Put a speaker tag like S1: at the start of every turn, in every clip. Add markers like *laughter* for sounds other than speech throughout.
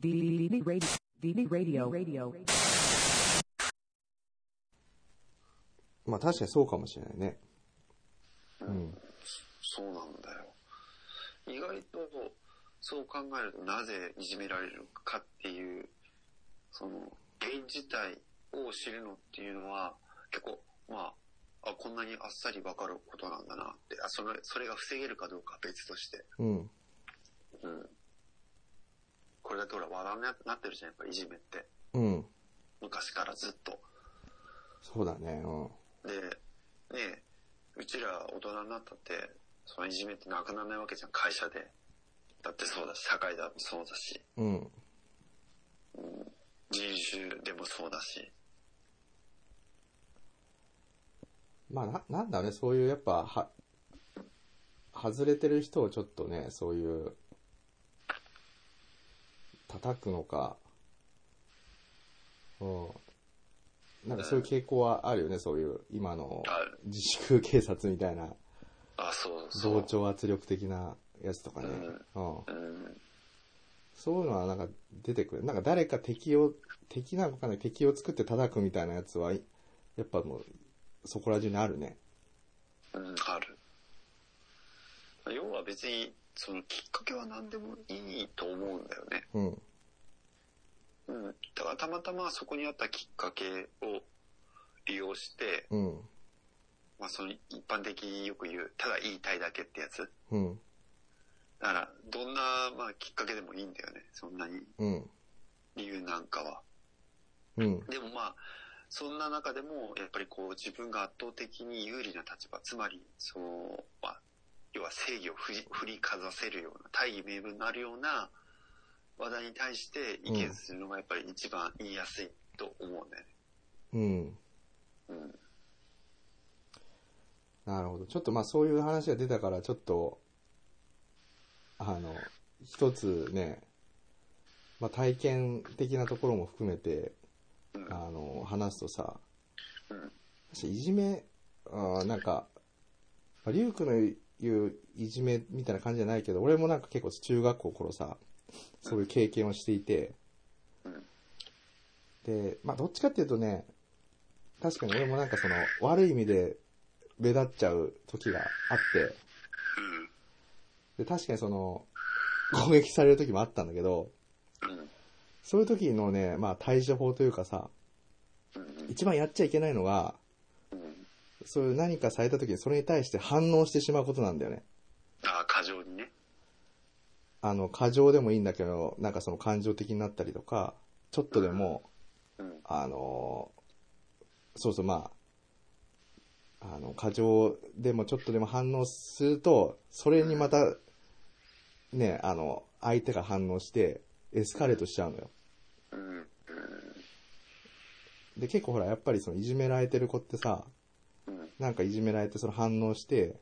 S1: DD Radio DD Radio Radio
S2: まあ確かにそうかもしれないね。うん。
S3: そうなんだよ。意外と、そう考えるとなぜいじめられるのかっていう、その、原因自体を知るのっていうのは、結構、まあ、あ、こんなにあっさりわかることなんだなって、あ、それ、それが防げるかどうかは別として。
S2: うん。
S3: うん。これだけほら、話題にななってるじゃん、やっぱいじめって。
S2: うん。
S3: 昔からずっと。
S2: そうだね。うん。
S3: で、ねえうちら大人になったって、そのいじめってなくならないわけじゃん、会社で。だってそうだし、社会だってそうだし、
S2: うん。
S3: 人種でもそうだし。
S2: まあな、なんだろうね、そういうやっぱ、は、外れてる人をちょっとね、そういう、叩くのか、うん。なんかそういう傾向はあるよね、そういう、今の
S3: ある
S2: 自粛警察みたいな、
S3: あ、そうそう。
S2: 同調圧力的なやつとかね。うん。
S3: うん。
S2: そういうのはなんか出てくる。なんか誰か敵を、敵なのかな敵を作って叩くみたいなやつは、やっぱもう、そこら中にあるね。
S3: うん、ある。要は別に、そのきっかけは何でもいいと思うんだよね。
S2: うん。
S3: うん。だからたまたまそこにあったきっかけを利用して、
S2: うん。
S3: まあその一般的によく言う、ただ言いたいだけってやつ。
S2: うん。
S3: だから、どんな、まあ、きっかけでもいいんだよね。そんなに
S2: うん。
S3: 理由なんかは。
S2: うん。
S3: でもまあ、そんな中でも、やっぱりこう、自分が圧倒的に有利な立場、つまり、その、まあ、要は正義を振り振りかざせるような、大義名分のあるような話題に対して意見するのがやっぱり一番言いやすいと思うんだよね。
S2: うん。
S3: うん。
S2: なるほど。ちょっとまあそういう話が出たから、ちょっと、あの、一つね、まあ体験的なところも含めて、
S3: うん
S2: あの、話すとさ、
S3: うん。
S2: 私いじめ、あーなんか、まあリュウクの言ういじめみたいな感じじゃないけど、俺もなんか結構中学校の頃さ、そういう経験をしていて、
S3: うん
S2: で、まあどっちかっていうとね、確かに俺もなんかその悪い意味で目立っちゃう時があって、で、確かにその、攻撃される時もあったんだけど、
S3: うん。
S2: そういう時のね、まあ対処法というかさ、
S3: うん。
S2: 一番やっちゃいけないのが、
S3: うん。
S2: そういう何かされた時にそれに対して反応してしまうことなんだよね。
S3: ああ、過剰にね。
S2: あの、過剰でもいいんだけど、なんかその感情的になったりとか、ちょっとでも、
S3: うん。
S2: あの、そうそう、まあ、あの、過剰でもちょっとでも反応すると、それにまた、ね、あの、相手が反応して、エスカレートしちゃうのよ。
S3: うん。
S2: で、結構ほら、やっぱりその、いじめられてる子ってさ、
S3: うん。
S2: なんかいじめられてその反応して、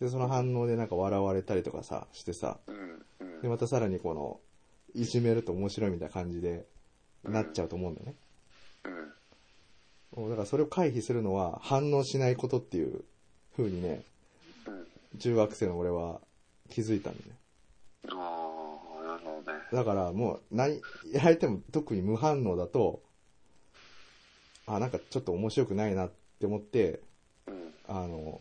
S2: で、その反応でなんか笑われたりとかさ、してさ、
S3: うん。うん
S2: で、。またさらにこの、いじめると面白いみたいな感じで、なっちゃうと思うんだよね。
S3: うん。
S2: だからそれを回避するのは、反応しないことっていう風にね、
S3: うん。
S2: 中学生の俺は気づいたんだよね。
S3: ああ、なるほどね。
S2: だからもう、何、やられても特に無反応だと、あ、なんかちょっと面白くないなって思って、
S3: うん。
S2: あの、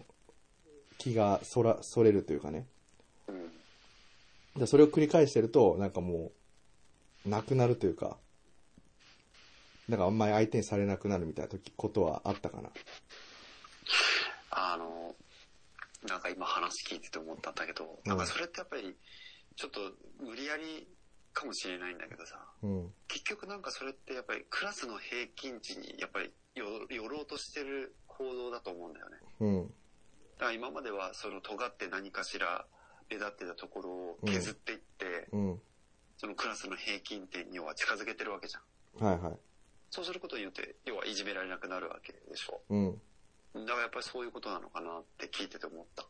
S2: 気がそら、それるというかね。
S3: うん。
S2: でそれを繰り返してると、なんかもう、なくなるというか、なんかあんまり相手にされなくなるみたいな時ことはあったかな。
S3: あの、なんか今話聞いてて思ったんだけど、
S2: うん
S3: なんかそれってやっぱり、ちょっと無理やりかもしれないんだけどさ、
S2: うん。
S3: 結局なんかそれってやっぱりクラスの平均値にやっぱりよ寄ろうとしてる行動だと思うんだよね。
S2: うん。
S3: だから今まではその尖って何かしら目立ってたところを削っていって、
S2: うん。
S3: そのクラスの平均点に要は近づけてるわけじゃん。
S2: はいはい。
S3: そうすることによって、要はいじめられなくなるわけでしょ。
S2: うん。
S3: だからやっぱりそういうことなのかなって聞いてて思った。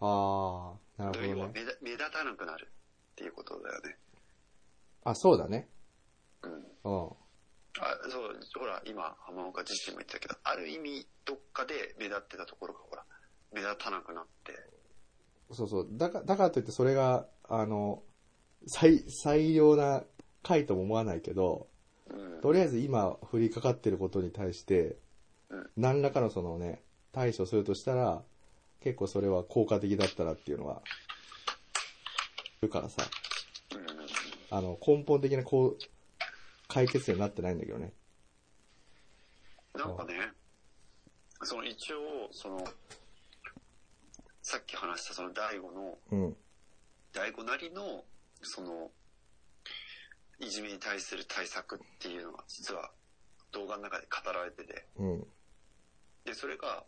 S2: ああ、なるほ
S3: 要
S2: ど
S3: は
S2: ね。
S3: 目立目立たなくなるっていうことだよね。
S2: あ、そうだね。
S3: うん。
S2: うん。
S3: あ、そう、ほら、今、浜岡自身も言ってたけど、ある意味、どっかで目立ってたところが、ほら、目立たなくなって、
S2: そうそう。だから、だからといってそれが、あの、最、最良な回とも思わないけど、
S3: うん。
S2: とりあえず今降りかかってることに対して
S3: うん、
S2: 何らかのそのね、対処するとしたら、結構それは効果的だったらっていうのは、いるからさ、あの、根本的なこう、解決にはなってないんだけどね。
S3: なんかね、その一応、その、さっき話したその大悟の、
S2: うん。
S3: 大悟なりの、その、いじめに対する対策っていうのが実は動画の中で語られてて、
S2: うん。
S3: で、それが、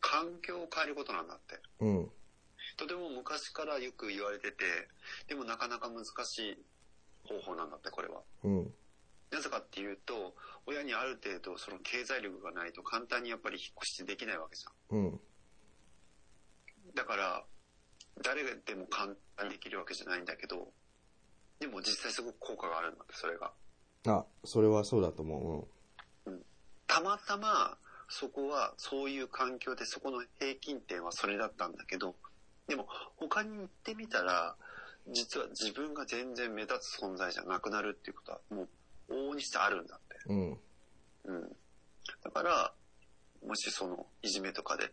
S3: 環境を変えることなんだって。
S2: うん。
S3: とても昔からよく言われてて、でもなかなか難しい方法なんだって、これは。
S2: うん。
S3: なぜかっていうと、親にある程度その経済力がないと簡単にやっぱり引っ越しできないわけじゃ
S2: うん。
S3: ん。だから、誰でも簡単にできるわけじゃないんだけど、でも実際すごく効果があるんだって、それが。
S2: あ、それはそうだと思
S3: たまたま、そこはそういう環境でそこの平均点はそれだったんだけど、でも他に行ってみたら、実は自分が全然目立つ存在じゃなくなるっていうことはもう往々にしてあるんだって。
S2: う。うん。うん。
S3: うん。だから、もしその、いじめとかで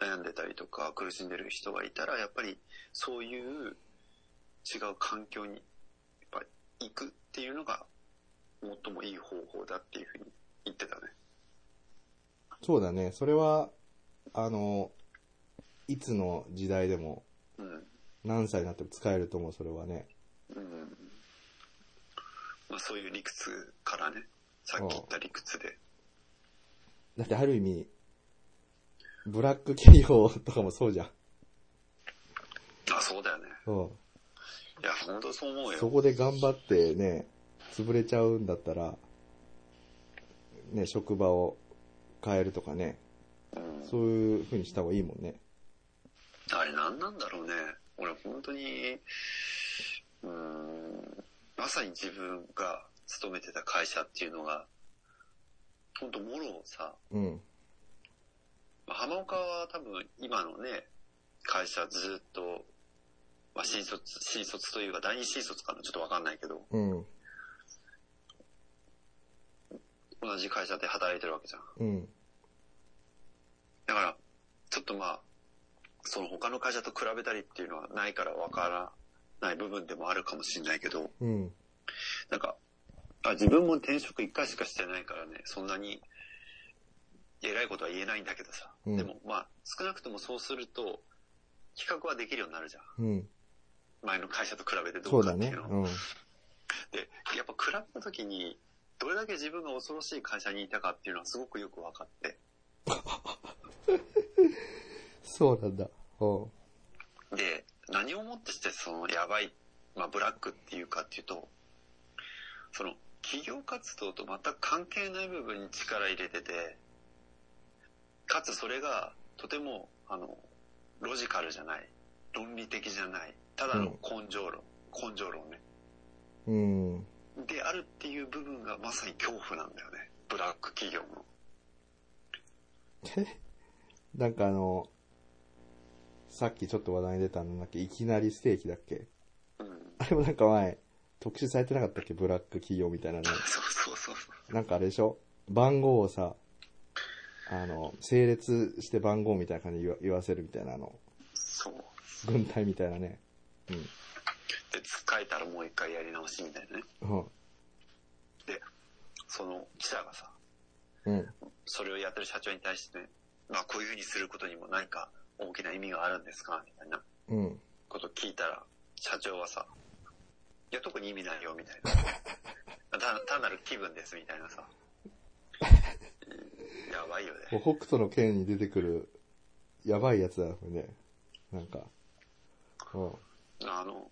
S3: 悩んでたりとか、苦しんでる人がいたら、やっぱり、そういう違う環境に、やっぱり行くっていうのが、最もいい方法だっていうふうに言ってたね。
S2: そうだね。それは、あの、いつの時代でも、
S3: うん。
S2: 何歳になっても使えると思う、それはね。
S3: うん。まあそういう理屈からね、さっき言った理屈で。
S2: だってある意味、ブラック企業とかもそうじゃん。
S3: あ、そうだよね。
S2: そ
S3: いや、本当そう思う
S2: う。
S3: よ。
S2: そこで頑張ってね、潰れちゃうんだったら、ね、職場を変えるとかね、
S3: うん
S2: そういう風にした方がいいもんね。
S3: あれ何なんだろうね。俺本当に、うーん、まさに自分が勤めてた会社っていうのが、本当もろをさ、
S2: うん。
S3: まあ浜岡は多分今のね、会社ずっと、まあ、新卒、新卒というか第二新卒かなちょっとわかんないけど、
S2: うん。
S3: 同じ会社で働いてるわけじゃん。
S2: うん。
S3: だから、ちょっとまあ、その他の会社と比べたりっていうのはないからわからない部分でもあるかもしれないけど、
S2: うん。
S3: なんか、あ自分も転職一回しかしてないからね、そんなに偉いことは言えないんだけどさ。
S2: うん
S3: でも、まあ、少なくともそうすると、比較はできるようになるじゃん。
S2: うん。
S3: 前の会社と比べてど
S2: そうう
S3: か
S2: だ
S3: ってい
S2: ね
S3: うの。
S2: うん。
S3: を。で、やっぱ比べた時に、どれだけ自分が恐ろしい会社にいたかっていうのはすごくよく分かって。
S2: そうなんだ。うん。
S3: で、何をもってしてそのやばい、まあブラックっていうかっていうと、その企業活動と全く関係ない部分に力入れてて、かつそれがとても、あの、ロジカルじゃない、論理的じゃない、ただの根性論、根性論ね。
S2: うん。
S3: であるっていう部分がまさに恐怖なんだよね。ブラック企業の。
S2: なんかあの、さっきちょっと話題に出たのなんだっけ、いきなりステーキだっけ
S3: うん。
S2: あれもなんか前、特集されてなかったっけブラック企業みたいなの。
S3: そうそうそうそう。
S2: なんかあれでしょ番号をさ、あの、整列して番号みたいな感じで言わ言わせるみたいなあの、
S3: そう。
S2: 軍隊みたいなね。
S3: で、使えたらもう一回やり直しみたいなね。
S2: うん。
S3: で、その記者がさ、
S2: うん。
S3: それをやってる社長に対してね、まあこういうふうにすることにも何か大きな意味があるんですかみたいな
S2: うん。
S3: ことを聞いたら、社長はさ、いや特に意味ないよ、みたいな。 *laughs* 単単なる気分です、みたいなさ。 *laughs* うんやばいよ
S2: もう
S3: ね。
S2: 北斗の剣に出てくる、やばいやつだよね。なんか。うん。
S3: あの、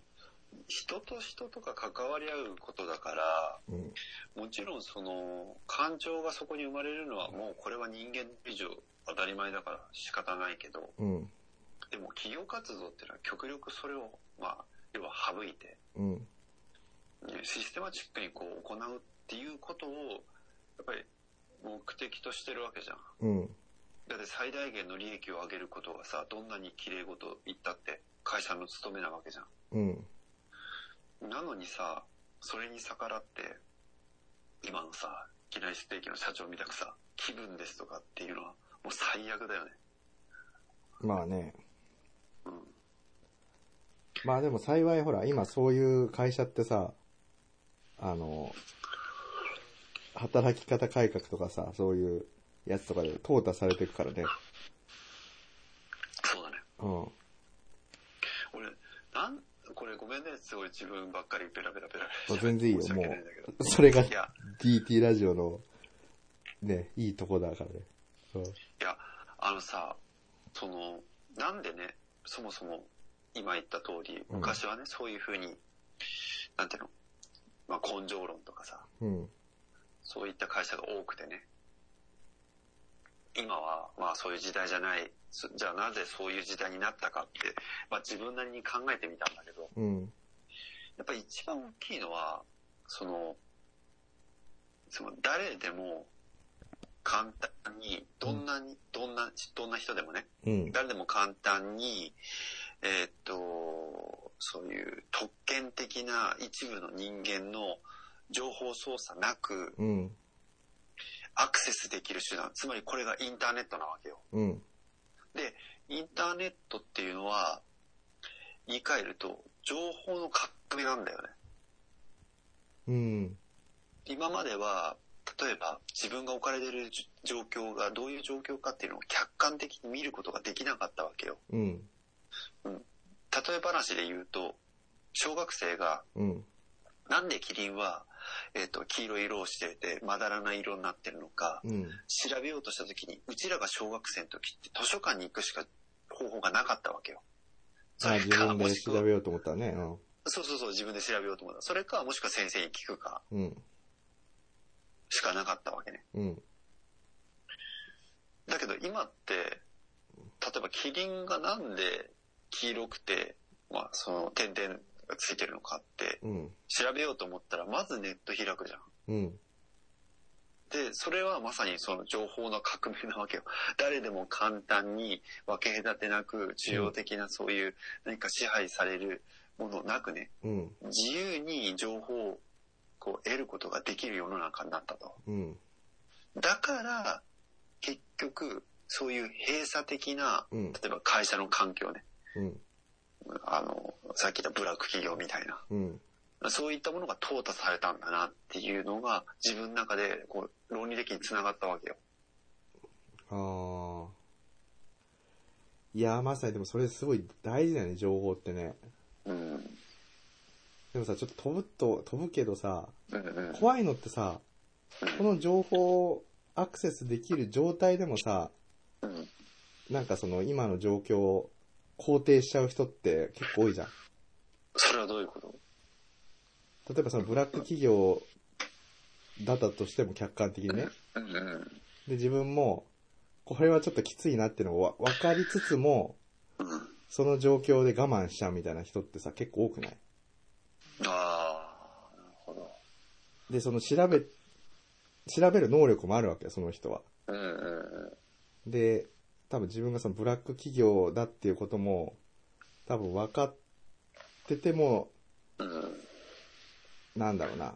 S3: 人と人とか関わり合うことだから、
S2: うん。
S3: もちろんその、感情がそこに生まれるのはもうこれは人間以上当たり前だから仕方ないけど、
S2: うん。
S3: でも企業活動っていうのは極力それを、まあ、要は省いて、
S2: うん。
S3: ねシステマチックにこう行うっていうことを、やっぱり目的としてるわけじゃん。
S2: うん。
S3: だって最大限の利益を上げることがさ、どんなに綺麗事言ったって会社の務めなわけじゃん。
S2: うん。
S3: なのにさ、それに逆らって、今のさ、機内ステーキの社長みたくさ、気分ですとかっていうのは、もう最悪だよね。
S2: まあね。
S3: うん。
S2: まあでも幸いほら、今そういう会社ってさ、あの、働き方改革とかさ、そういうやつとかで淘汰されていくからね。
S3: そうだね。
S2: うん。
S3: 俺、なん、これごめんね、すごい自分ばっかりペラペラペラペ
S2: ま
S3: ラ
S2: あ全然いいよ
S3: 申し訳ないんだけど
S2: それが
S3: いや、
S2: DT ラジオの、ね、いいとこだからね。うん。
S3: いや、あのさ、その、なんでね、そもそも、今言った通り、
S2: うん
S3: 昔はね、そういうふうに、なんていうの、まあ、根性論とかさ、
S2: うん。
S3: そういった会社が多くてね。今は、まあそういう時代じゃない、そじゃあなぜそういう時代になったかって、まあ自分なりに考えてみたんだけど、
S2: うん。
S3: やっぱり一番大きいのは、その、その誰でも簡単に、どんなに、どんな、どんな人でもね、
S2: うん。
S3: 誰でも簡単に、えーっと、そういう特権的な一部の人間の情報操作なく、
S2: うん。
S3: アクセスできる手段。つまりこれがインターネットなわけよ。
S2: うん。
S3: で、インターネットっていうのは、言い換えると、情報の革命なんだよね。
S2: うん。
S3: 今までは、例えば自分が置かれているじ状況がどういう状況かっていうのを客観的に見ることができなかったわけよ。
S2: うん。
S3: 例え話で言うと、小学生が、
S2: うん。
S3: なんでキリンは、えっ、と、黄色い色をしてて、まだらな色になってるのか、
S2: うん。
S3: 調べようとした時に、うちらが小学生の時って図書館に行くしか方法がなかったわけよ。そ
S2: あ、
S3: れ
S2: 自
S3: か、
S2: 分
S3: も
S2: で
S3: しく
S2: 調
S3: は
S2: べ、ようと思ったらね。
S3: そうそうそう、自分で調べようと思った。それか、もしくは先生に聞くか
S2: うん。うん。
S3: しかなかったわけね。
S2: うん。
S3: だけど今って、例えばキリンがなんで黄色くて、まあその点々がついてるのかって、
S2: うん。
S3: 調べようと思ったら、まずネット開くじゃん。
S2: うん。
S3: で、それはまさにその情報の革命なわけよ。誰でも簡単に分け隔てなく、需要的なそういう何か支配されるものなくね、
S2: うん。
S3: 自由に情報をこう得ることができる世の中になったと。
S2: うん。
S3: だから、結局、そういう閉鎖的な、
S2: うん
S3: 例えば会社の環境ね、
S2: うん。
S3: あの、さっき言ったブラック企業みたいな、
S2: うん。
S3: そういったものが淘汰されたんだなっていうのが、自分の中でこう論理的につながったわけよ。
S2: ああ。いやー、まさにでもそれすごい大事だよね、情報ってね。
S3: うん
S2: でもさ、ちょっと飛ぶと、飛ぶけどさ、
S3: うんうん
S2: 怖いのってさ、この情報をアクセスできる状態でもさ、
S3: うん
S2: なんかその今の状況を肯定しちゃう人って結構多いじゃん。
S3: それはどういうこと
S2: 例えばそのブラック企業だったとしても客観的にね。
S3: うんうん
S2: で、自分も、これはちょっときついなっていうのをわ分かりつつも、
S3: うん
S2: その状況で我慢しちゃうみたいな人ってさ、結構多くない
S3: ああ、なるほど。
S2: で、その調べ、調べる能力もあるわけよ、その人は。
S3: うんうん
S2: で、多分自分がそのブラック企業だっていうことも、多分分かってても、
S3: うん。うん
S2: なんだろうな。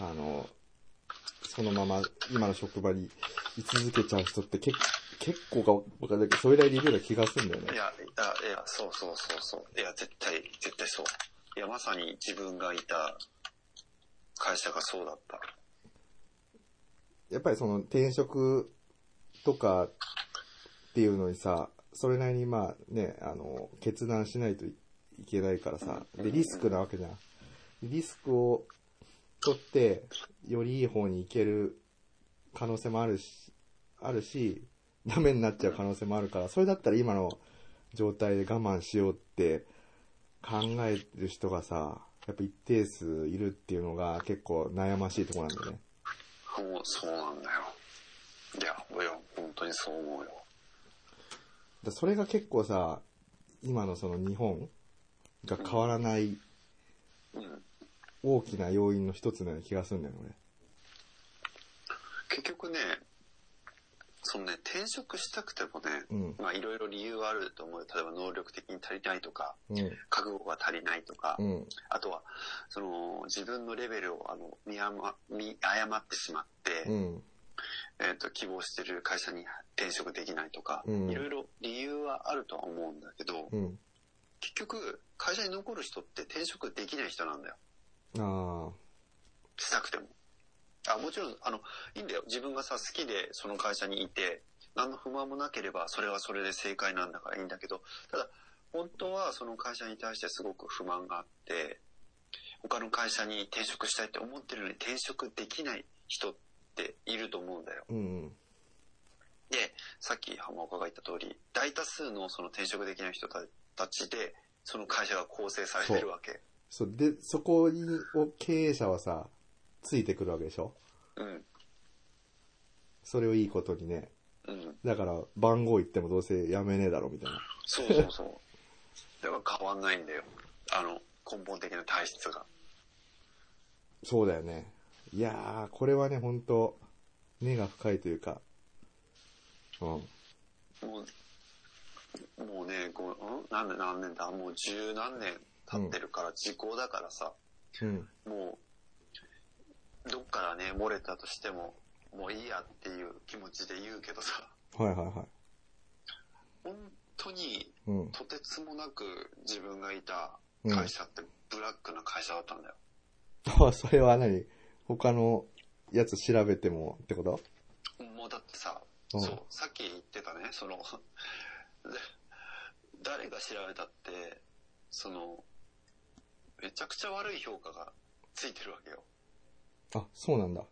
S2: あの、そのまま今の職場に居続けちゃう人って結結構か分かんないけど、それなりにいるような気がするんだよ
S3: い
S2: ね。
S3: や、いや、いや、そうそうそうそう。いや、絶対、絶対そう。いや、まさに自分がいた会社がそうだった。
S2: やっぱりその転職とかっていうのにさ、それなりにまあね、あの、決断しないといいけないからさ、で、リスクなわけじゃん。リスクを取って、よりいい方に行ける可能性もあるし、あるし、ダメになっちゃう可能性もあるから、それだったら今の状態で我慢しようって考える人がさ、やっぱ一定数いるっていうのが結構悩ましいところなんだよね。
S3: もう、そうなんだよ。いや、いや、本当にそう思うよ。
S2: だそれが結構さ、今のその日本が変わらない
S3: うん。
S2: 大きな要因の一つのような気がするんだよね、
S3: 結局ね、そのね、転職したくてもね、
S2: うん
S3: まあいろいろ理由はあると思う。例えば能力的に足りないとか、
S2: うん
S3: 覚悟が足りないとか、
S2: うん
S3: あとは、その自分のレベルをあの見誤見誤ってしまって、
S2: うん
S3: えっと希望してる会社に転職できないとか、
S2: うん
S3: いろいろ理由はあるとは思うんだけど、
S2: うん
S3: 結局会社に残る人って転職できない人なんだよ
S2: あ
S3: したくてもあもちろんあのいいんだよ自分がさ好きでその会社にいて何の不満もなければそれはそれで正解なんだからいいんだけどただ本当はその会社に対してすごく不満があって他の会社に転職したいって思ってるのに転職できない人っていると思うんだよ
S2: ーうん
S3: で、さっき浜岡が言った通り、大多数のその転職できない人たちで、その会社が構成されてるわけ。
S2: そうでそこにを経営者はさついてくるわけでしょ
S3: うん。
S2: それをいいことにね
S3: うん。
S2: だから番号言ってもどうせやめねえだろみたいな
S3: そうそうそう。だから変わんないんだよ。あの、根本的な体質が。
S2: そうだよねいやーこれはね本当根が深いというかうん
S3: もう、もうね、ごん何年何年だもう十何年経ってるから、時効だからさ、
S2: うん
S3: もう、どっからね、漏れたとしても、もういいやっていう気持ちで言うけどさ、
S2: はいはいは
S3: 本当に
S2: いうん
S3: とてつもなく自分がいた会社ってブラックな会社だったんだよ。
S2: *laughs* あそれは何他のやつ調べてもってこと
S3: もうだってさ、
S2: うん
S3: そう、さっき言ってたね、その、 *laughs* で誰が調べたって、その、めちゃくちゃ悪い評価がついてるわけよ。
S2: あそうなんだ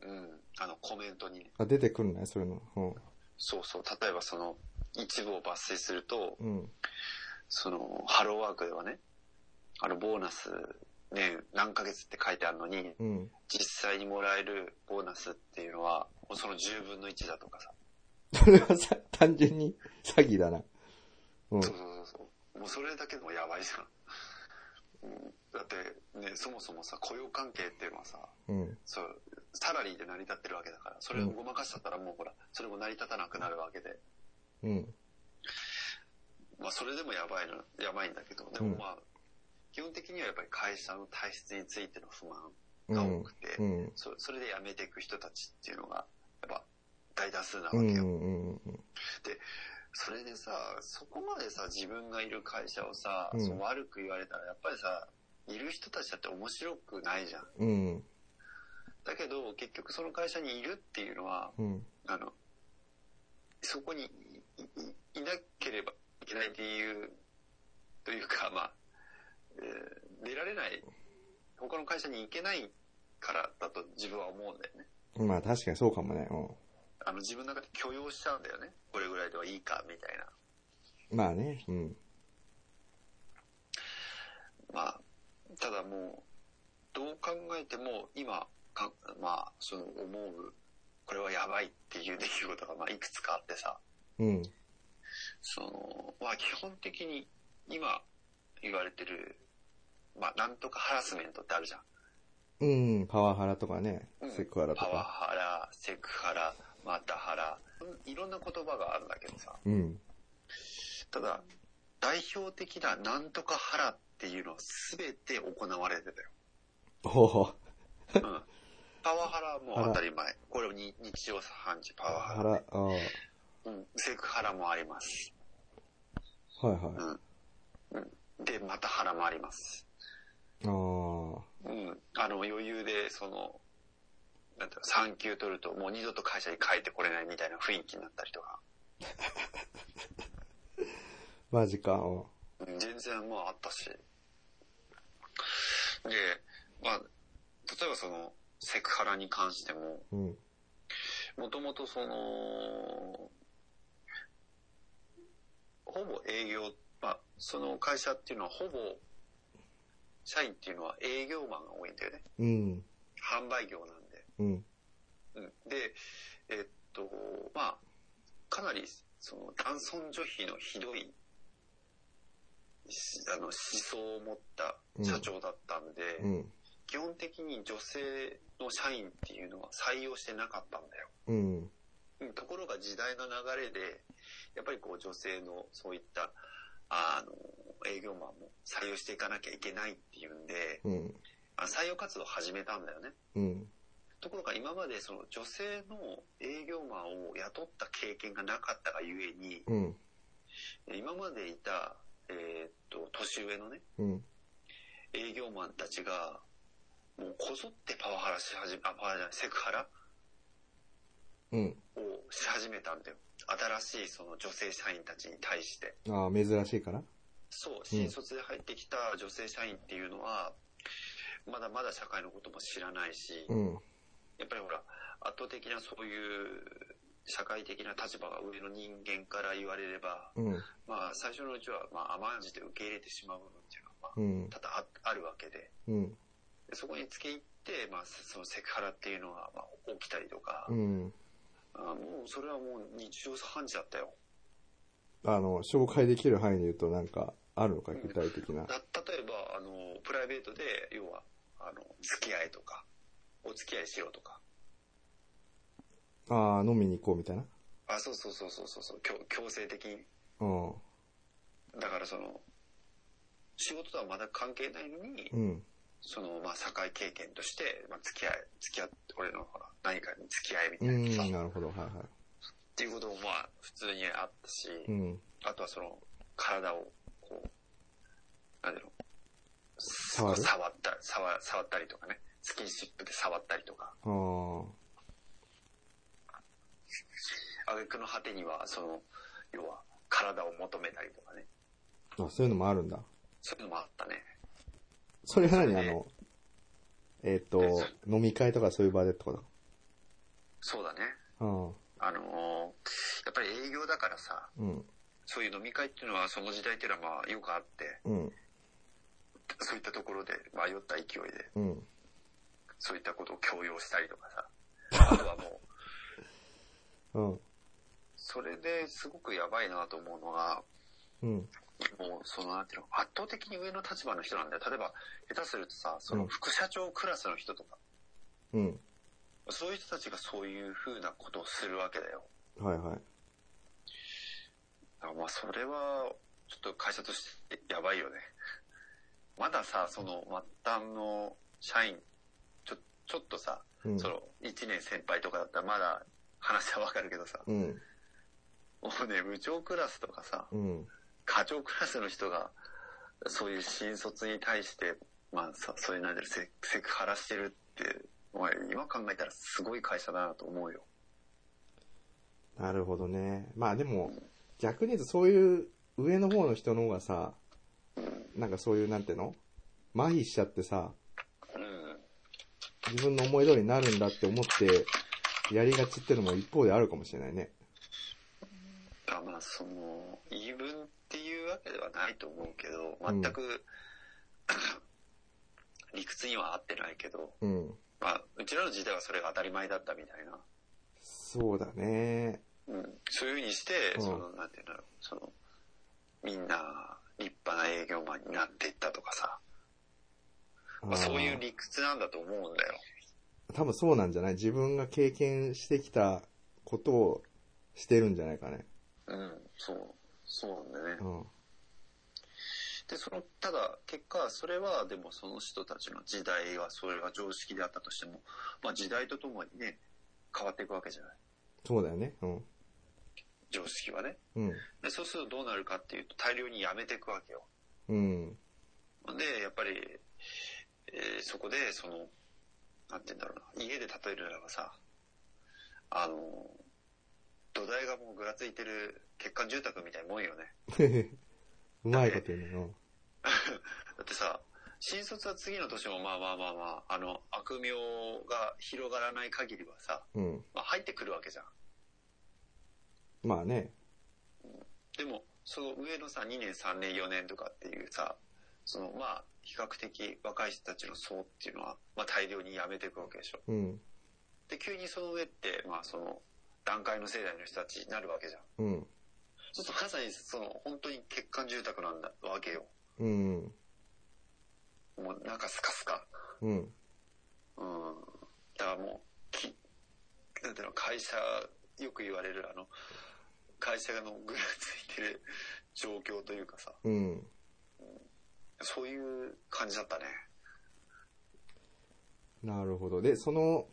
S3: うん。あの、コメントにね。
S2: あ出てくるねそういうの
S3: そうそう、例えばその、一部を抜粋すると、
S2: うんうん
S3: その、ハローワークではね、あの、ボーナス、ね、何ヶ月って書いてあるのに、
S2: うん *laughs*
S3: 実際にもらえるボーナスっていうのは、もうその10分の1だとかさ。
S2: それはさ単純に *laughs* 詐欺だなうん
S3: そうそうそうそう。もうそれだけでもやばいじゃん。うんだってね、そもそもさ、雇用関係っていうのはさ、
S2: うん
S3: そう、サラリーで成り立ってるわけだから、それをごまかしちゃったらもうほら、それも成り立たなくなるわけで、
S2: うん
S3: まあそれでもやばいの、やばいんだけど、でもまあ、基本的にはやっぱり会社の体質についての不
S2: う
S3: 満が
S2: ん
S3: 多くて、
S2: うん
S3: そそれで辞めていく人たちっていうのが、やっぱ大多数なわ
S2: う
S3: けよ。
S2: んうん
S3: それでさ、そこまでさ、自分がいる会社をさ、
S2: うん
S3: そう悪く言われたら、やっぱりさ、いる人たちだって面白くないじゃん。
S2: うん
S3: だけど、結局その会社にいるっていうのは、
S2: うん
S3: あの、そこにいいいなければいけない理由というか、まあ、えー出られない、他の会社に行けないからだと自分は思うんだよね。
S2: うんまあ確かにそうかもね
S3: あの、自分の中で許容しちゃうんだよね。これぐらいではいいか、みたいな。
S2: うんまあねうん
S3: まあ、ただもう、どう考えても今か、まあ、その思う、これはやばいっていう出来事が、まあ、いくつかあってさ、
S2: うん
S3: その、まあ、基本的に今言われてる、まあ、なんとかハラスメントってあるじゃん。
S2: うんパワハラとかね
S3: うん
S2: セクハラと
S3: パ
S2: か
S3: ワハラ、セクハラ、マタハラ、うんいろんな言葉があるんだけどさ、
S2: うん
S3: ただ、代表的ななんとかハラっていうのは全て行われてたよ。
S2: おお
S3: うんパワハラはもう当たり前。これをに日常茶飯事パ
S2: パ
S3: ワ
S2: ワ
S3: ハ
S2: ハ
S3: ラ、
S2: ラああはい
S3: うん。セクハラもあります。う
S2: は
S3: ん。うん、で、またハラもあります。
S2: いああ
S3: うん。あの、余裕で、その、なんていうか、産休取るともう二度と会社に帰ってこれないみたいな雰囲気になったりとか。
S2: マジかうん
S3: うん全然まああったし。で、まあ、例えばその、セクハラに関しても、
S2: うん
S3: もともとその、ほぼ営業、まあ、その会社っていうのはほぼ、社員っていうのは営業マンが多いんだよね。
S2: うん
S3: 販売業なんで。
S2: うん
S3: うん、で、えっと、まあ、かなり、その、男尊女卑のひどい、しあの、思想を持った社長だったんで、
S2: うん
S3: 基本的に女性の社員っていうのは採用してなかったんだよ。
S2: うん
S3: うんところが時代の流れで、やっぱりこう女性のそういった、あの、営業マンも採用していかなきゃいけないっていうんで、
S2: うん。
S3: あ採用活動を始めたんだよね。
S2: うん。
S3: ところが今までその女性の営業マンを雇った経験がなかったがゆえに、
S2: うん。
S3: 今までいた、えーっと、年上のね、
S2: うん。
S3: 営業マンたちが、もうこぞってパワハラし始め、あ、パワハラじゃない、セクハラ
S2: うん。
S3: をし始めたんだよ。新しいその女性社員たちに対して。
S2: ああ、珍しいから
S3: そう、新卒で入ってきた女性社員っていうのは、まだまだ社会のことも知らないし、
S2: うん。
S3: やっぱりほら、圧倒的なそういう社会的な立場が上の人間から言われれば、
S2: うん。
S3: まあ最初のうちは、まあ甘んじて受け入れてしまう部分っていうのは、ま
S2: うん
S3: あ、。多々ああるわけで、
S2: うん。
S3: でそこに付け入って、まあそのセクハラっていうのが、まあ、起きたりとか、
S2: うん。
S3: あもうそれはもう日常茶飯事だったよ。
S2: あの、紹介できる範囲で言うとなんか、あるのか、具体的な。
S3: だ例えばあのプライベートで要はあの付き合いとかお付き合いしろとか
S2: ああ、飲みに行こうみたいな。
S3: あそうそうそうそうそうそう強強制的に
S2: うん。
S3: だからその仕事とはまだ関係ないのに、
S2: うん。
S3: そのまあ社会経験として、まあ、付き合い付き合って俺のほら何かに付き合いみた
S2: う
S3: い
S2: ん。
S3: な、っ
S2: なるほど。はいは
S3: ていうこともまあ普通にあったし、
S2: い。うん。
S3: あとはその体をこう何だろう
S2: 触る
S3: 触った触触ったりとかねスキンシップで触ったりとか
S2: ああ。
S3: 挙句の果てには、その、要は、体を求めたりとかね。
S2: あ、そういうのもあるんだ。
S3: そういうのもあったね。
S2: それは何あの、えっ、と、飲み会とかそういう場でってこと
S3: そうだね。
S2: うん。
S3: あのーやっぱり営業だからさ、
S2: うん。
S3: そういう飲み会っていうのは、その時代っていうのはまあ、よくあって、
S2: うん。
S3: そういったところで、まあ、酔った勢いで、
S2: うん。
S3: そういったことを強要したりとかさ。あとはもう、
S2: うん。
S3: それですごくやばいなと思うのが、
S2: うん。
S3: もう、その、なんていうの、圧倒的に上の立場の人なんだよ。例えば、下手するとさ、そうの
S2: ん
S3: 副社長クラスの人とか、
S2: うん。
S3: そういう人たちがそういうふうなことをするわけだよ。
S2: はいはい。
S3: あまあそれはちょっと会社としてやばいよねまださその末端の社員ちょちょっとさ、
S2: うん
S3: その1年先輩とかだったらまだ話はわかるけどさ
S2: うん。
S3: もうね部長クラスとかさ
S2: うん。
S3: 課長クラスの人がそういう新卒に対してまあさそういうなんだろうセセクハラしてるってお前今考えたらすごい会社だなと思うよ
S2: なるほどね。まあでも、逆に言うとそういう上の方の人の方がさ、なんかそういうなんていうの麻痺しちゃってさ、
S3: うん
S2: 自分の思い通りになるんだって思って、やりがちってのも一方であるかもしれないね。
S3: あまあその言い分っていうわけではないと思うけど全く、 *coughs* 理屈には合ってないけど、
S2: うん。
S3: まあ、うちらの時代はそれが当たり前だったみたいな、
S2: そうだね。
S3: うん、そういうふうにして、
S2: うん
S3: そのなんていうんだろうそのみんな立派な営業マンになっていったとかさ、
S2: あ
S3: ま
S2: ー
S3: あ、そういう理屈なんだと思うんだよ
S2: 多分そうなんじゃない自分が経験してきたことをしてるんじゃないかね。
S3: うんそうそうなんだよね、
S2: うん。
S3: でそのただ結果それはでもその人たちの時代はそれが常識であったとしても、まあ、時代とともにね変わっていくわけじゃない
S2: そうだよね。うん。
S3: 常識はね
S2: うん。
S3: でそうするとどうなるかっていうと大量にやめていくわけよ
S2: うん。
S3: でやっぱり、えーそこでそのなんて言うんだろうな家で例えるならばさあの土台がもうぐらついてる欠陥住宅みたいなもんよね
S2: *laughs* うまいこと言うね。うん。
S3: だってさ、新卒は次の年もまあまあまあまあ、あの、悪名が広がらない限りはさ、
S2: うん。
S3: まあ入ってくるわけじゃん。
S2: まあね。
S3: でも、その上のさ、2年、3年、4年とかっていうさ、そのまあ、比較的若い人たちの層っていうのは、まあ大量に辞めていくわけでしょ。
S2: うん。
S3: で、急にその上って、まあその、段階の世代の人たちになるわけじゃん。
S2: うん。
S3: そうするとまさにその、本当に欠陥住宅なんだ、わけよ。
S2: うん。
S3: もうなんかスカスカ。
S2: うん。
S3: うんだからもう、き、なんていうの、会社よく言われる、あの、会社のぐらついてる状況というかさ、
S2: うん。
S3: そういう感じだったね。
S2: なるほど。で、その、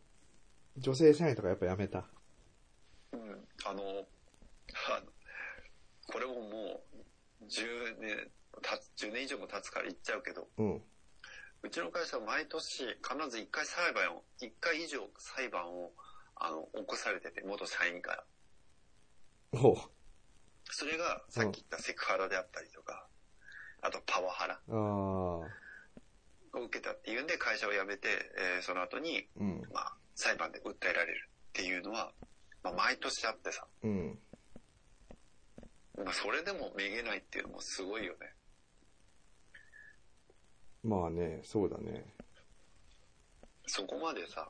S2: 女性社員とかやっぱやめた。
S3: うん。あの、あのこれももう、10年、たつ10年以上も経つから言っちゃうけど、
S2: うん。
S3: うちの会社は毎年必ず1回裁判を、1回以上裁判を、あの、起こされてて、元社員から。
S2: おう。
S3: それがさっき言ったセクハラであったりとか、あとパワハラ
S2: ああ。
S3: を受けたっていうんで会社を辞めて、えーその後に、
S2: うん。
S3: まあ、裁判で訴えられるっていうのは、まあ、毎年あってさ、
S2: うん。
S3: まあ、それでもめげないっていうのもすごいよね。
S2: まあね、そうだね。
S3: そこまでさ、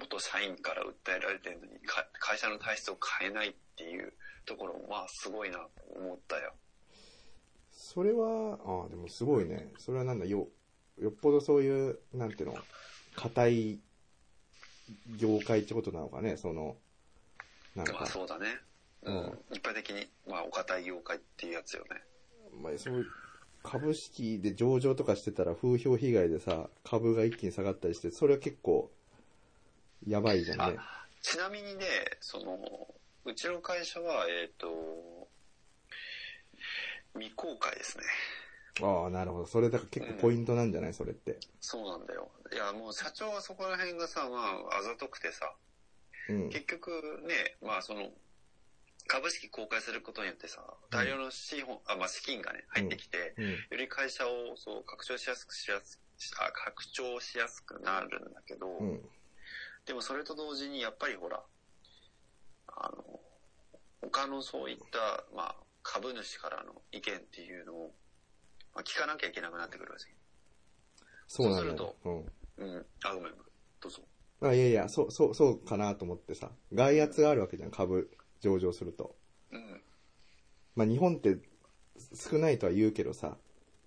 S3: 元社員から訴えられてるのにか、会社の体質を変えないっていうところも、まあ、すごいなと思ったよ。
S2: それは、ああ、でもすごいね。それはなんだ、よ、よっぽどそういう、なんていうの、硬い業界ってことなのかね、その、なん
S3: まあ、
S2: か、
S3: そうだね。う
S2: うん
S3: ん。一般的に、まあ、お堅い業界っていうやつよね。
S2: まあ、そういう、株式で上場とかしてたら風評被害でさ、株が一気に下がったりして、それは結構、やばいじゃんね。
S3: あちなみにね、その、うちの会社は、えっ、と、未公開ですね。
S2: ああ、なるほど。それだから結構ポイントなんじゃないそれって。
S3: そうなんだよ。いや、もう社長はそこら辺がさ、まあ、あざとくてさ、
S2: うん。
S3: 結局ね、まあその、株式公開することによってさ、大量の資本、あ、まあ資金がね、入ってきて、
S2: うん。
S3: より会社をそう拡張しやすくしやす、あ拡張しやすくなるんだけど、
S2: うん。
S3: でもそれと同時にやっぱりほら、あの、他のそういった、まあ株主からの意見っていうのを、まあ、聞かなきゃいけなくなってくるわけ。
S2: そうなん
S3: そうす
S2: だ
S3: る
S2: よ
S3: と。
S2: うん。
S3: うん。あ、ごめん。どうぞ。
S2: あいやいや、そう、そう、そうかなと思ってさ。外圧があるわけじゃん、株、上場すると。
S3: うん。
S2: まあ日本って少ないとは言うけどさ、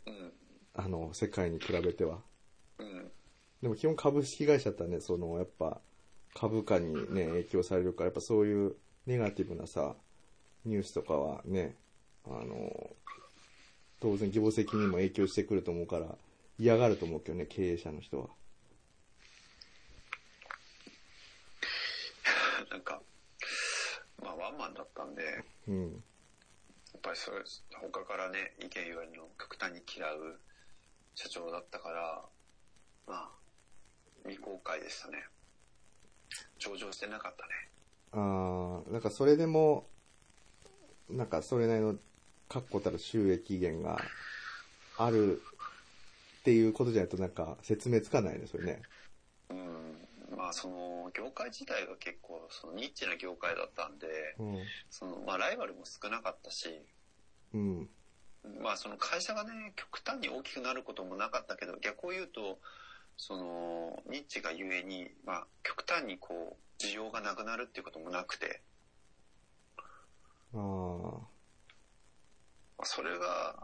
S3: うん。
S2: あの、世界に比べては。
S3: うん。 *laughs*
S2: でも基本株式会社だったらね、その、やっぱ、株価にね、影響されるから、やっぱそういうネガティブなさ、ニュースとかはね、あの、当然業績にも影響してくると思うから、嫌がると思うけどね、経営者の人は。
S3: なんか、まあワンマンだったんで、や
S2: うん。
S3: っぱりそれ、他からね、意見言われるのを極端に嫌う社長だったから、まあ、未公開でしたね。上場してなかったね。
S2: ああ、なんかそれでも、なんかそれなりの確固たる収益源があるっていうことじゃないとなんか説明つかないね、それね。
S3: うん、まあその、業界自体が結構、そのニッチな業界だったんで、その、まあライバルも少なかったし、
S2: うん。うん。
S3: まあその会社がね、極端に大きくなることもなかったけど、逆を言うと、その、ニッチがゆえに、まあ極端にこう、需要がなくなるっていうこともなくて、
S2: あ
S3: まあそれが、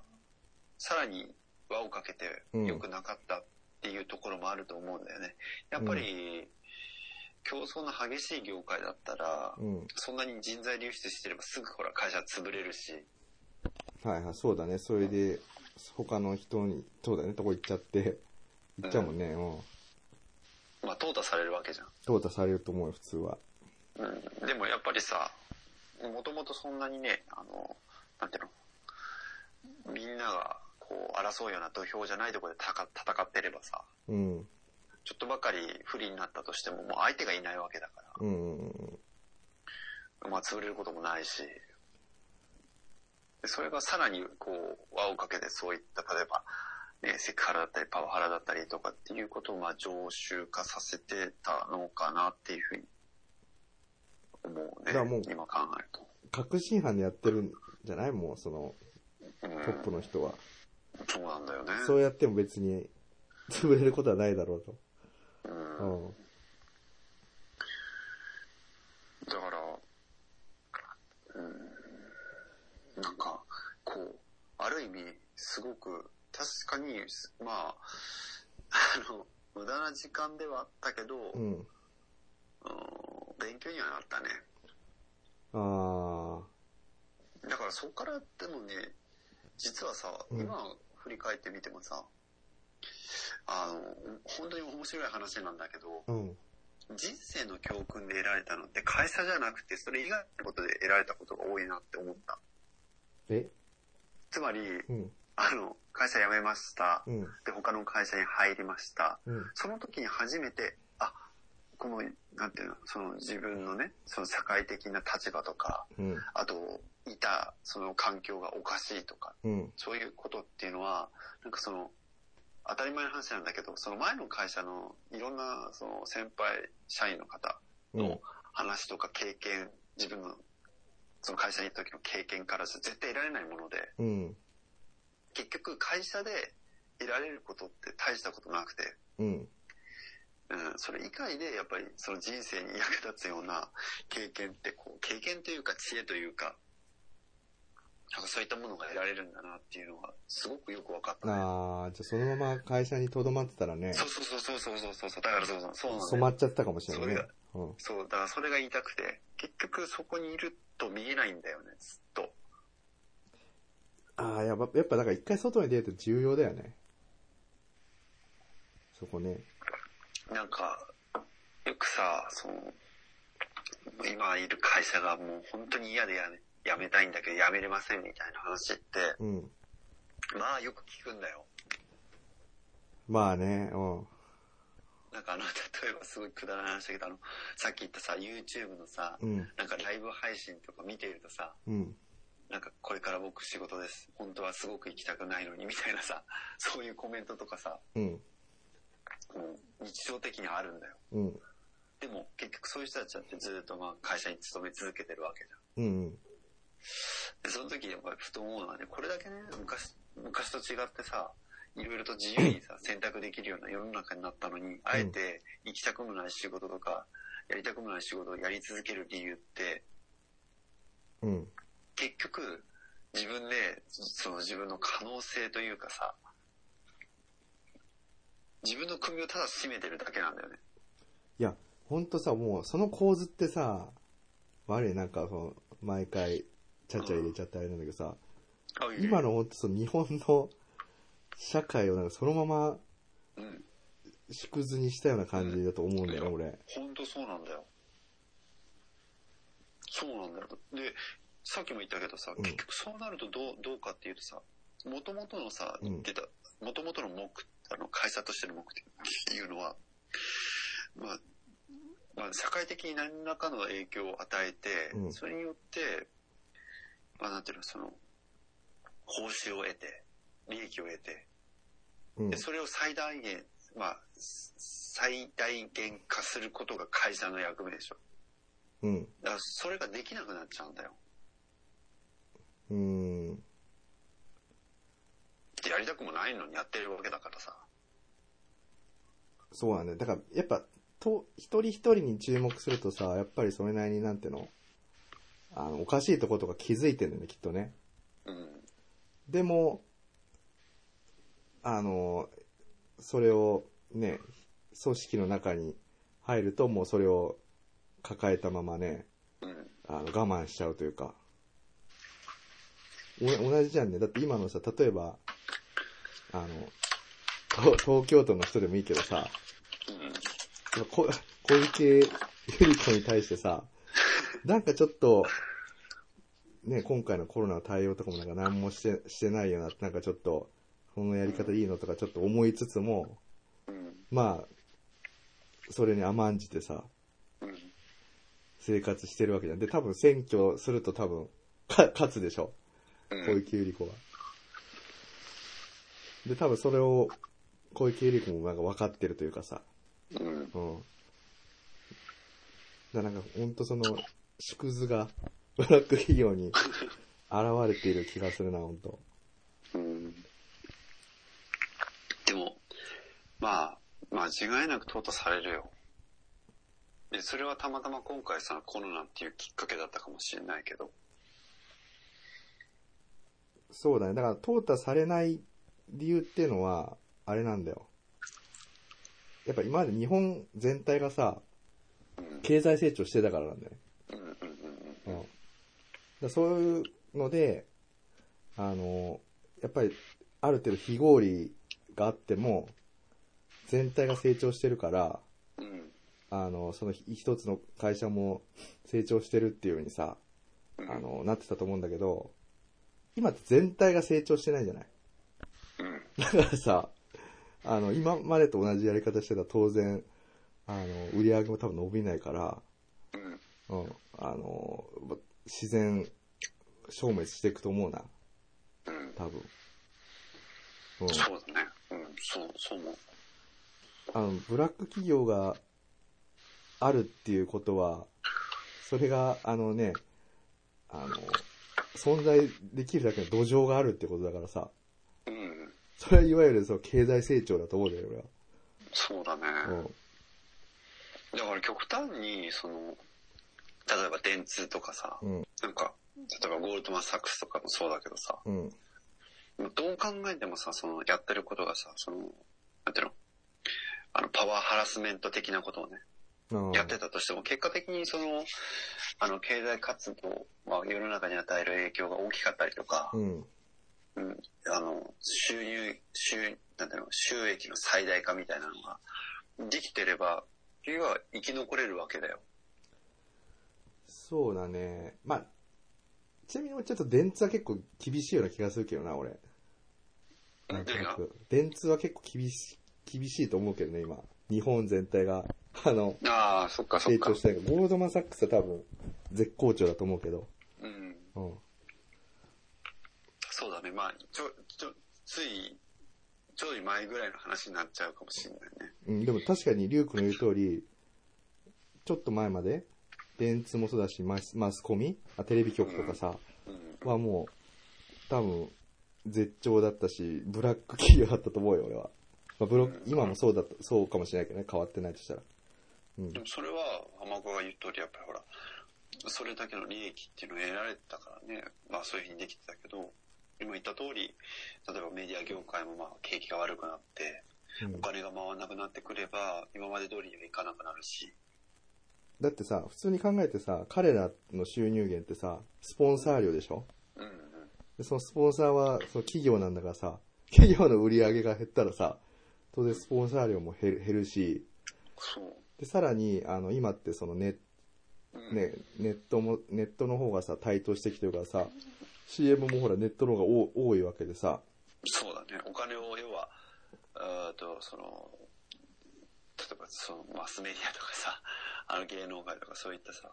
S3: さらに輪をかけて良くなかったっていうところもあると思うんだよね。やっぱり、競争の激しい業界だったら
S2: あ、、うん。
S3: そんなに人材流出してればすぐほら会社潰れるし、
S2: はいはい、そうだね。それで、他の人に、そうだね、とこ行っちゃって、行っちゃうもんね。うん。
S3: まあ淘汰されるわけじゃん。
S2: 淘汰されると思うよ、普通は。
S3: うん、でもやっぱりさ、もともとそんなにね、あの、なんていうの、みんながこう争うような土俵じゃないところで戦戦ってればさ、
S2: うん。
S3: ちょっとばかり不利になったとしても、もう相手がいないわけだか
S2: うんうんうん。
S3: ら、まあ潰れることもないし、でそれがさらにこう輪をかけてそういった、例えば、ね、セクハラだったりパワハラだったりとかっていうことをまあ常習化させてたのかなっていうふうに思う
S2: だからもう
S3: ね、今考えると。
S2: 確信犯でやってるんじゃないもう、その、
S3: うん
S2: トップの人は。
S3: そうなんだよね。
S2: そうやっても別に、潰れることはないだろうと。
S3: うん
S2: うん。
S3: だから、うん、なんか、こう、ある意味、すごく、確かに、まあ、あの、無駄な時間ではあったけど、
S2: うん。
S3: うん勉強にはなったね。
S2: あ
S3: だからそこからでもね、実はさ、
S2: うん
S3: 今振り返ってみてもさ、あの、本当に面白い話なんだけど、
S2: あ、うん。
S3: 人生の教訓で得られたのって会社じゃなくて、それ以外のことで得られたことが多いなって思った。
S2: え
S3: つまり、
S2: うん、
S3: あの、会社辞めました。
S2: うん、
S3: で、他の会社に入りました。
S2: うん、
S3: その時に初めて、あ、この、なんていうの、その自分のね、その社会的な立場とか、
S2: うん、
S3: あと、いた、その環境がおかしいとか、
S2: うん、
S3: そういうことっていうのは、なんかその、当たり前の話なんだけど、その前の会社のいろんな、その先輩、社員の方
S2: うん
S3: の、話とか経験、自分の、その会社に行った時の経験からして絶対得られないもので、
S2: うん、
S3: 結局会社で得られることって大したことなくて、
S2: うん、
S3: うん、それ以外でやっぱりその人生に役立つような経験ってこう、経験というか知恵というか、なんかそういったものが得られるんだなっていうのがすごくよく分かったね。
S2: ああ、じゃあそのまま会社に留まってたらね、
S3: そうそうそうそうそうそうそう、だからそうそう、そうなんだよ
S2: 染まっちゃってたかもしれないね
S3: それ。
S2: うん、
S3: そう、だからそれが言いたくて、結局そこにいると見えないんだよね、ずっと。
S2: ああ、やっぱ、やっぱだから一回外に出ると重要だよね。そこね。
S3: なんか、よくさ、その、今いる会社がもう本当に嫌でやめ辞めたいんだけど辞めれませんみたいな話って、
S2: うん。
S3: まあよく聞くんだよ。
S2: まあね、うん。
S3: なんかあの、 *laughs* 例えばすごいくだらない話だけど、あの、さっき言ったさ、YouTube のさ
S2: う、ん、
S3: なんかライブ配信とか見ているとさ、
S2: うん。
S3: なんかこれから僕仕事です。本当はすごく行きたくないのにみたいなさ、そういうコメントとかさ、
S2: うん。
S3: もう日常的にあるんだよ。
S2: うん。
S3: でも結局そういう人たちだってずっとまあ会社に勤め続けてるわけじゃん。
S2: うん。
S3: で、その時やっぱりふと思うのはね、これだけね、昔、昔と違ってさ、いろいろと自由に
S2: *laughs*
S3: さ、選択できるような世の中になったのに、あえて行きたくもない仕事とか、やりたくもない仕事をやり続ける理由って、
S2: うん。
S3: 結局、自分で、その自分の可能性というかさ、自分の首をただ絞めてるだけなんだよね。
S2: いや、ほんとさ、もう、その構図ってさ、悪い、なんか、その、毎回、ちゃちゃ入れちゃってあれなんだけどさ、今のほんとその日本の社会をなんかそのまま
S3: うん。
S2: 縮図にしたような感じだと思うんだよね、
S3: うん
S2: 俺。
S3: 本当そうなんだよ。そうなんだよ。で、さっきも言ったけどさ、
S2: うん
S3: 結局そうなるとどう、どうかっていうとさ、元々のさ、
S2: うん
S3: 言ってた、元々の目、あの、会社としての目的っていうのは、まあ、まあ、社会的に何らかの影響を与えて、
S2: うん
S3: それによって、まあ、なんていうの、その、報酬を得て、利益を得て、
S2: うん
S3: で、。それを最大限、まあ、す最大限化することが会社の役目でしょ。
S2: うん。
S3: だから、それができなくなっちゃうんだよ。
S2: うん。
S3: でやりたくもないのにやってるわけだからさ。
S2: そうなんだよ。だから、やっぱ、と、一人一人に注目するとさ、やっぱりそれなりになんていうの、あの、おかしいとことか気づいてるんだよね、きっとね。
S3: うん。
S2: でも、あの、それをね、組織の中に入るともうそれを抱えたままね、
S3: うん。
S2: あの我慢しちゃうというか。お同じじゃんね。だって今のさ、例えば、あの、と東京都の人でもいいけどさ、
S3: うん。
S2: こ小池百合子に対してさ、なんかちょっと、ね、今回のコロナの対応とかもなんか何もしてしてないよな、なんかちょっと、このやり方いいのとかちょっと思いつつも、
S3: うん。
S2: まあ、それに甘んじてさ、
S3: うん。
S2: 生活してるわけじゃん。で、多分選挙すると多分、か、勝つでしょ。
S3: うん。
S2: 小池百合子は。で、多分それを、小池百合子もなんか分かってるというかさ、
S3: うん。
S2: うん。だからなんか、ほんとその、縮図が、 *laughs* ブラック企業に現れている気がするな、ほんと。
S3: うん。でも、まあ、間違いなく淘汰されるよ。で、それはたまたま今回さ、コロナっていうきっかけだったかもしれないけど。
S2: そうだね。だから、淘汰されない理由っていうのは、あれなんだよ。やっぱ今まで日本全体がさ、
S3: うん。
S2: 経済成長してたからなんだよね。
S3: うんうんうんうん。
S2: うん。だそういうので、あの、やっぱり、ある程度非合理があっても、全体が成長してるから、
S3: うん。
S2: あの、そのひ一つの会社も成長してるっていうようにさ、
S3: うん
S2: あの、なってたと思うんだけど、今って全体が成長してないじゃない
S3: うん。
S2: だからさ、あの、今までと同じやり方してたら当然、あの、売り上げも多分伸びないから、
S3: うん。
S2: うん、あの、ま自然消滅していくと思うな、
S3: うん。
S2: 多分。うん、
S3: そうだね。うん。そう、そう思う。
S2: あの、ブラック企業があるっていうことは、それが、あのね、あの、存在できるだけの土壌があるってことだからさ、
S3: うん。
S2: それはいわゆるその経済成長だと思うんだよ、俺
S3: そうだね。
S2: は。
S3: だから極端に、その、例えば電通とかさ、
S2: うん、
S3: なんか、例えばゴールドマン・サックスとかもそうだけどさ、
S2: うん、うん、
S3: どう考えてもさ、その、やってることがさ、その、なんていうのあの、パワーハラスメント的なことをね、
S2: うん。
S3: やってたとしても、結果的にその、あの、経済活動、まあ、世の中に与える影響が大きかったりとか、
S2: うん、
S3: うん、あの、収入、収、なんていうの、収益の最大化みたいなのが、できてれば、要は生き残れるわけだよ。
S2: そうだね。まあ、ちなみにちょっと電通は結構厳しいような気がするけどな、俺。なんとなく。電通は結構厳しい、厳しいと思うけどね、今。日本全体が、あの、
S3: ああ、そっかそっ
S2: 成
S3: か
S2: 長し。たいからゴールドマンサックスは多分、絶好調だと思うけど。
S3: うん。
S2: うん。
S3: そうだね。まあ、ちょ、ちょ、つい、ちょい前ぐらいの話になっちゃうかもしれないね。
S2: うん、でも確かにリュウ君の言う通り、ちょっと前まで、電通もそうだし、マスマスコミあテレビ局とかさ、
S3: うん。
S2: はもう、多分、絶頂だったし、ブラック企業だったと思うよ、俺は。まあ、ブロック今もそうだった、そうかもしれないけどね、変わってないとしたら。うん
S3: で。もそれは、浜子が言う通り、やっぱりほら、それだけの利益っていうのを得られてたからね、まあそういうふうにできてたけど、今言った通り、例えばメディア業界もまあ景気が悪くなって、
S2: うん
S3: お金が回らなくなってくれば、今まで通りにはいかなくなるし、
S2: だってさ、普通に考えてさ、彼らの収入源ってさ、スポンサー料でしょ
S3: うんうん。
S2: で、そのスポンサーは、その企業なんだからさ、 *laughs* 企業の売り上げが減ったらさ、当然スポンサー料も減る減るし、
S3: そう。
S2: で、さらに、あの、今ってそのネ
S3: うん、
S2: ね、ネットも、ネットの方がさ、台頭してきてるからさ、CM もほらネットの方が多多いわけでさ、
S3: そうだね。お金を、要は、えっと、その、例えば、その、マスメディアとかさ、 *laughs* あの芸能界とかそういったさ、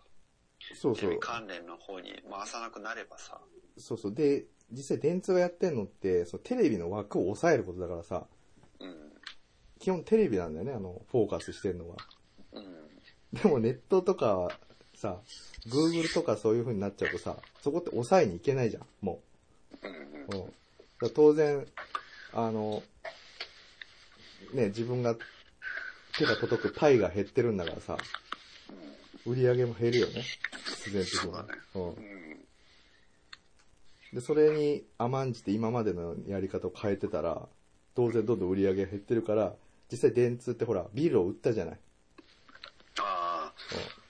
S2: そう
S3: テ
S2: そ
S3: レビ
S2: う、
S3: 関連の方に回さなくなればさ、
S2: そうそう、で、実際電通がやってんのって、そのテレビの枠を抑えることだからさ、
S3: うん、
S2: 基本テレビなんだよね、あの、フォーカスしてんのは。
S3: うん、
S2: *laughs* でもネットとかはさ、Google とかそういう風になっちゃうとさ、そこって抑えにいけないじゃん、も
S3: うん、
S2: う。うん、だから当然、あの、ね、自分が手が届くパイが減ってるんだからさ、売り上げも減るよね、必然的に。
S3: そうだね
S2: うん
S3: うん、
S2: で、それに甘んじて今までのやり方を変えてたら、当然どんどん売り上げが減ってるから、実際電通ってほら、ビルを売ったじゃない。
S3: ああ、
S2: うん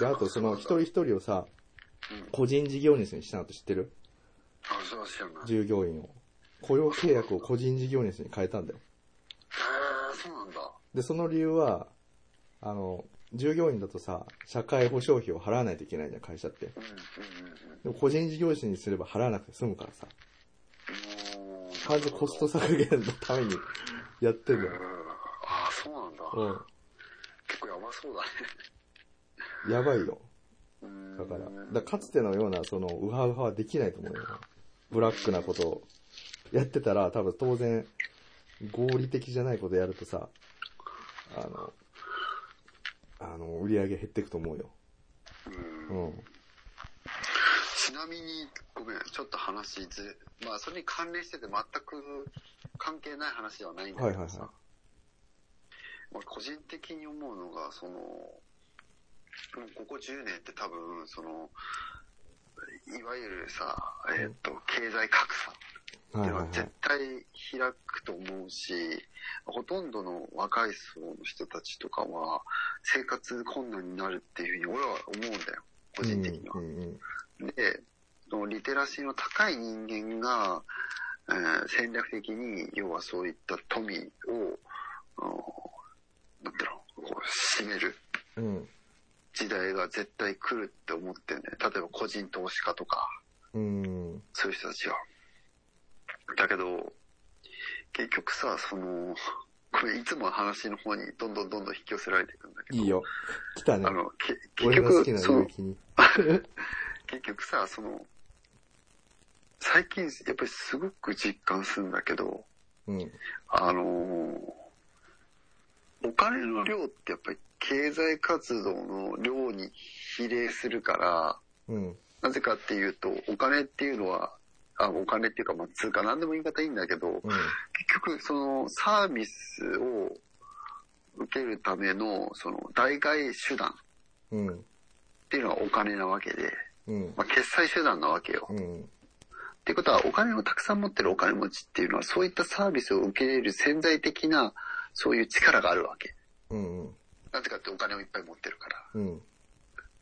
S2: で、あとその一人一人をさ、
S3: うん
S2: 個人事業主にしたのと知ってる
S3: あそうだしよな。あ
S2: 従業員を。雇用契約を個人事業主に変えたんだよ。
S3: あ、そうなんだ。
S2: で、その理由は、あの、従業員だとさ、社会保障費を払わないといけないじゃん、会社って。
S3: うん、うん、
S2: でも個人事業主にすれば払わなくて済むからさ、
S3: うん、うん。
S2: 完全にコスト削減のためにやってんだ
S3: う
S2: よ。、
S3: んああ、そうなんだ。
S2: うん。
S3: 結構やばそうだね。
S2: やばいよ。
S3: うん
S2: だから、だからかつてのような、その、ウハウハはできないと思うよ。ブラックなことをやってたら、多分当然、合理的じゃないことやるとさ、あの、あの、売り上げ減ってくと思うよ。うん。
S3: ちなみに、ごめん、ちょっと話ずれ、まあ、それに関連してて全く関係ない話ではないんだけどさ、
S2: はいはいはい
S3: 俺個人的に思うのが、その、もうここ10年って多分、その、いわゆるさ、えっ、と、経済格差って
S2: はいいう
S3: の
S2: は
S3: は
S2: は
S3: い
S2: い
S3: 絶。対開くと思うし、ほとんどの若い層の人たちとかは、生活困難になるっていうふうに俺は思うんだよ、個人的には。
S2: うんうん
S3: で、そのリテラシーの高い人間が、えー戦略的に、要はそういった富を、あのなんだろう、こう、占める
S2: うん。
S3: 時代が絶対来るって思ってね、例えば個人投資家とか、
S2: うん。
S3: そういう人たちが。だけど、結局さ、その、これいつもの話の方にどんどんどんどん引き寄せられていくんだけど。
S2: いいよ。来たね
S3: あ。の、け結
S2: 俺が好き
S3: 局、
S2: な
S3: そ
S2: 領
S3: の、
S2: 域に。
S3: 結局さ、その、最近、やっぱりすごく実感するんだけど、
S2: うん。
S3: あのーお金の量ってやっぱり経済活動の量に比例するから、
S2: うん。
S3: なぜかっていうと、お金っていうのは、あお金っていうか、まあ、通貨、なんでも言い方いいんだけど、
S2: うん。
S3: 結局、その、サービスを受けるための、その、代替手段
S2: うん。
S3: っていうのはお金なわけで、
S2: うん。
S3: まあ、決済手段なわけよ。
S2: うん。
S3: っていうことは、お金をたくさん持ってるお金持ちっていうのは、そういったサービスを受け入れる潜在的な、そういう力があるわけ。
S2: うん。
S3: なぜかってお金をいっぱい持ってるから。
S2: うん。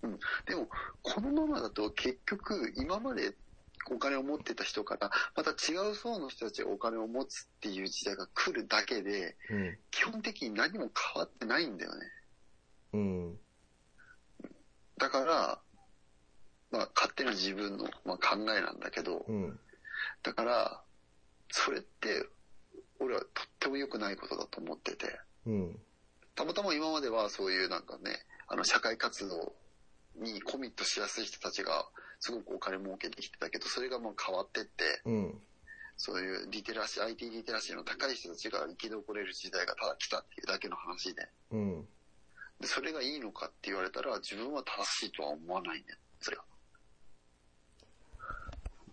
S3: うん。でも、このままだと結局、今までお金を持ってた人から、また違う層の人たちがお金を持つっていう時代が来るだけで、
S2: うん。
S3: 基本的に何も変わってないんだよね。
S2: うん。
S3: だから、まあ、勝手な自分の、まあ、考えなんだけど、
S2: うん。
S3: だから、それって、俺はとっても良くないことだと思ってて、
S2: うん。
S3: たまたま今まではそういうなんかね、あの、社会活動にコミットしやすい人たちが、すごくお金儲けてきてたけど、それがもう変わってって、
S2: うん。
S3: そういうリテラシー、IT リテラシーの高い人たちが生き残れる時代がただ来たっていうだけの話で、
S2: うん。
S3: でそれがいいのかって言われたら、自分は正しいとは思わないね、それは。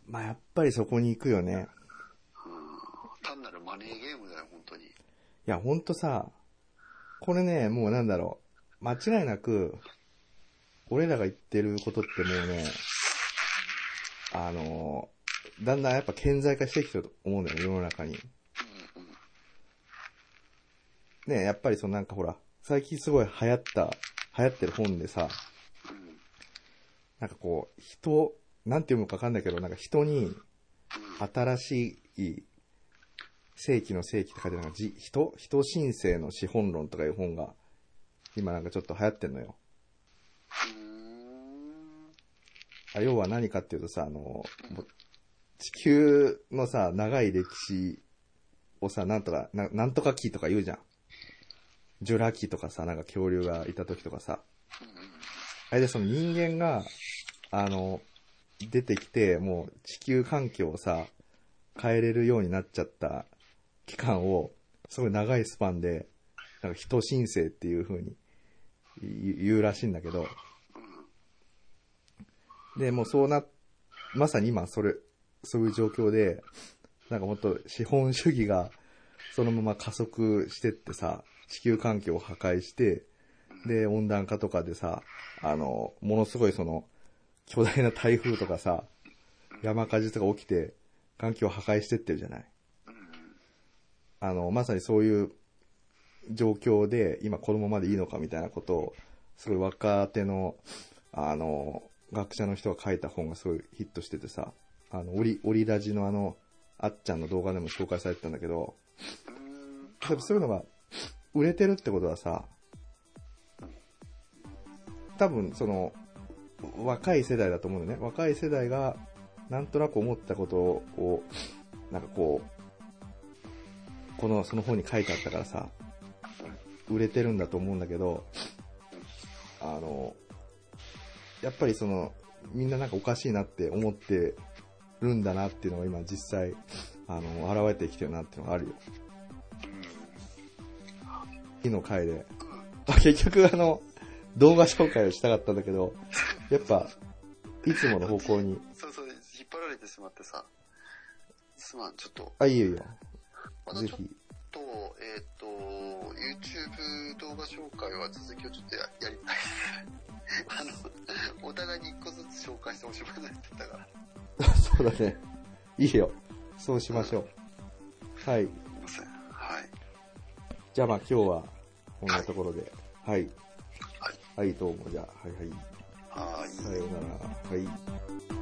S2: まあ、やっぱりそこに行くよね。
S3: 単なるマネーゲームだよ、本当に。
S2: いや、ほんとさ、これね、もうなんだろう。間違いなく、俺らが言ってることってもうね、あの、だんだんやっぱ顕在化してきてると思うんだよね、世の中に。
S3: うんうん。
S2: ね、やっぱりそのなんかほら、最近すごい流行った、流行ってる本でさ、
S3: うん。
S2: なんかこう、人、なんて読むかわかんないけど、なんか人に、新しい、正規の正規って書いてあるなんかじ、人人申請の資本論とかいう本が、今なんかちょっと流行ってんのよ。
S3: うん。
S2: あ要は何かっていうとさ、あの、もう地球のさ、長い歴史をさ、なんとか、ななんとか期とか言うじゃん。ジュラ紀とかさ、なんか恐竜がいた時とかさ。あれでその人間が、あの、出てきて、もう地球環境をさ、変えれるようになっちゃった期間を、すごい長いスパンで、なんか人申請っていう風に言う言うらしいんだけど、で、もうそうな、まさに今それ、そういう状況で、なんかもっと資本主義がそのまま加速してってさ、地球環境を破壊して、で、温暖化とかでさ、あの、ものすごいその、巨大な台風とかさ、山火事とか起きて、環境を破壊してってるじゃない。あの、まさにそういう状況で、今このままでいいのかみたいなことを、すごい若手の、あの、学者の人が書いた本がすごいヒットしててさ、あの、オリ、オリラジのあの、あっちゃんの動画でも紹介されてたんだけど、
S3: うん。
S2: 例えばそういうのが売れてるってことはさ、多分その、若い世代だと思うんだよね。若い世代が、なんとなく思ったことを、なんかこう、この、その本に書いてあったからさ、売れてるんだと思うんだけど、あの、やっぱりその、みんななんかおかしいなって思ってるんだなっていうのが今実際、あの、現れてきてるなっていうのがあるよ。次の回で。まあ結局あの、動画紹介をしたかったんだけど、やっぱ、いつもの方向に。
S3: そうそう、引っ張られてしまってさ。すまん、ちょっと。
S2: あ、いいよいいよ。
S3: また
S2: ぜ
S3: ちょっ
S2: ひ。
S3: と、えっ、と、YouTube 動画紹介は続きをちょっとや *laughs* やりたい。あの、お互いに一個ずつ紹介しておしまいになってたから。
S2: そうだね。いいよ。そうしましょう。はい。
S3: すいません。はい。
S2: じゃあまあ今日は、こんなところで。はい。
S3: は
S2: はい、どうも。じゃあ、はいはい。
S3: はーい。
S2: さようなら。はい。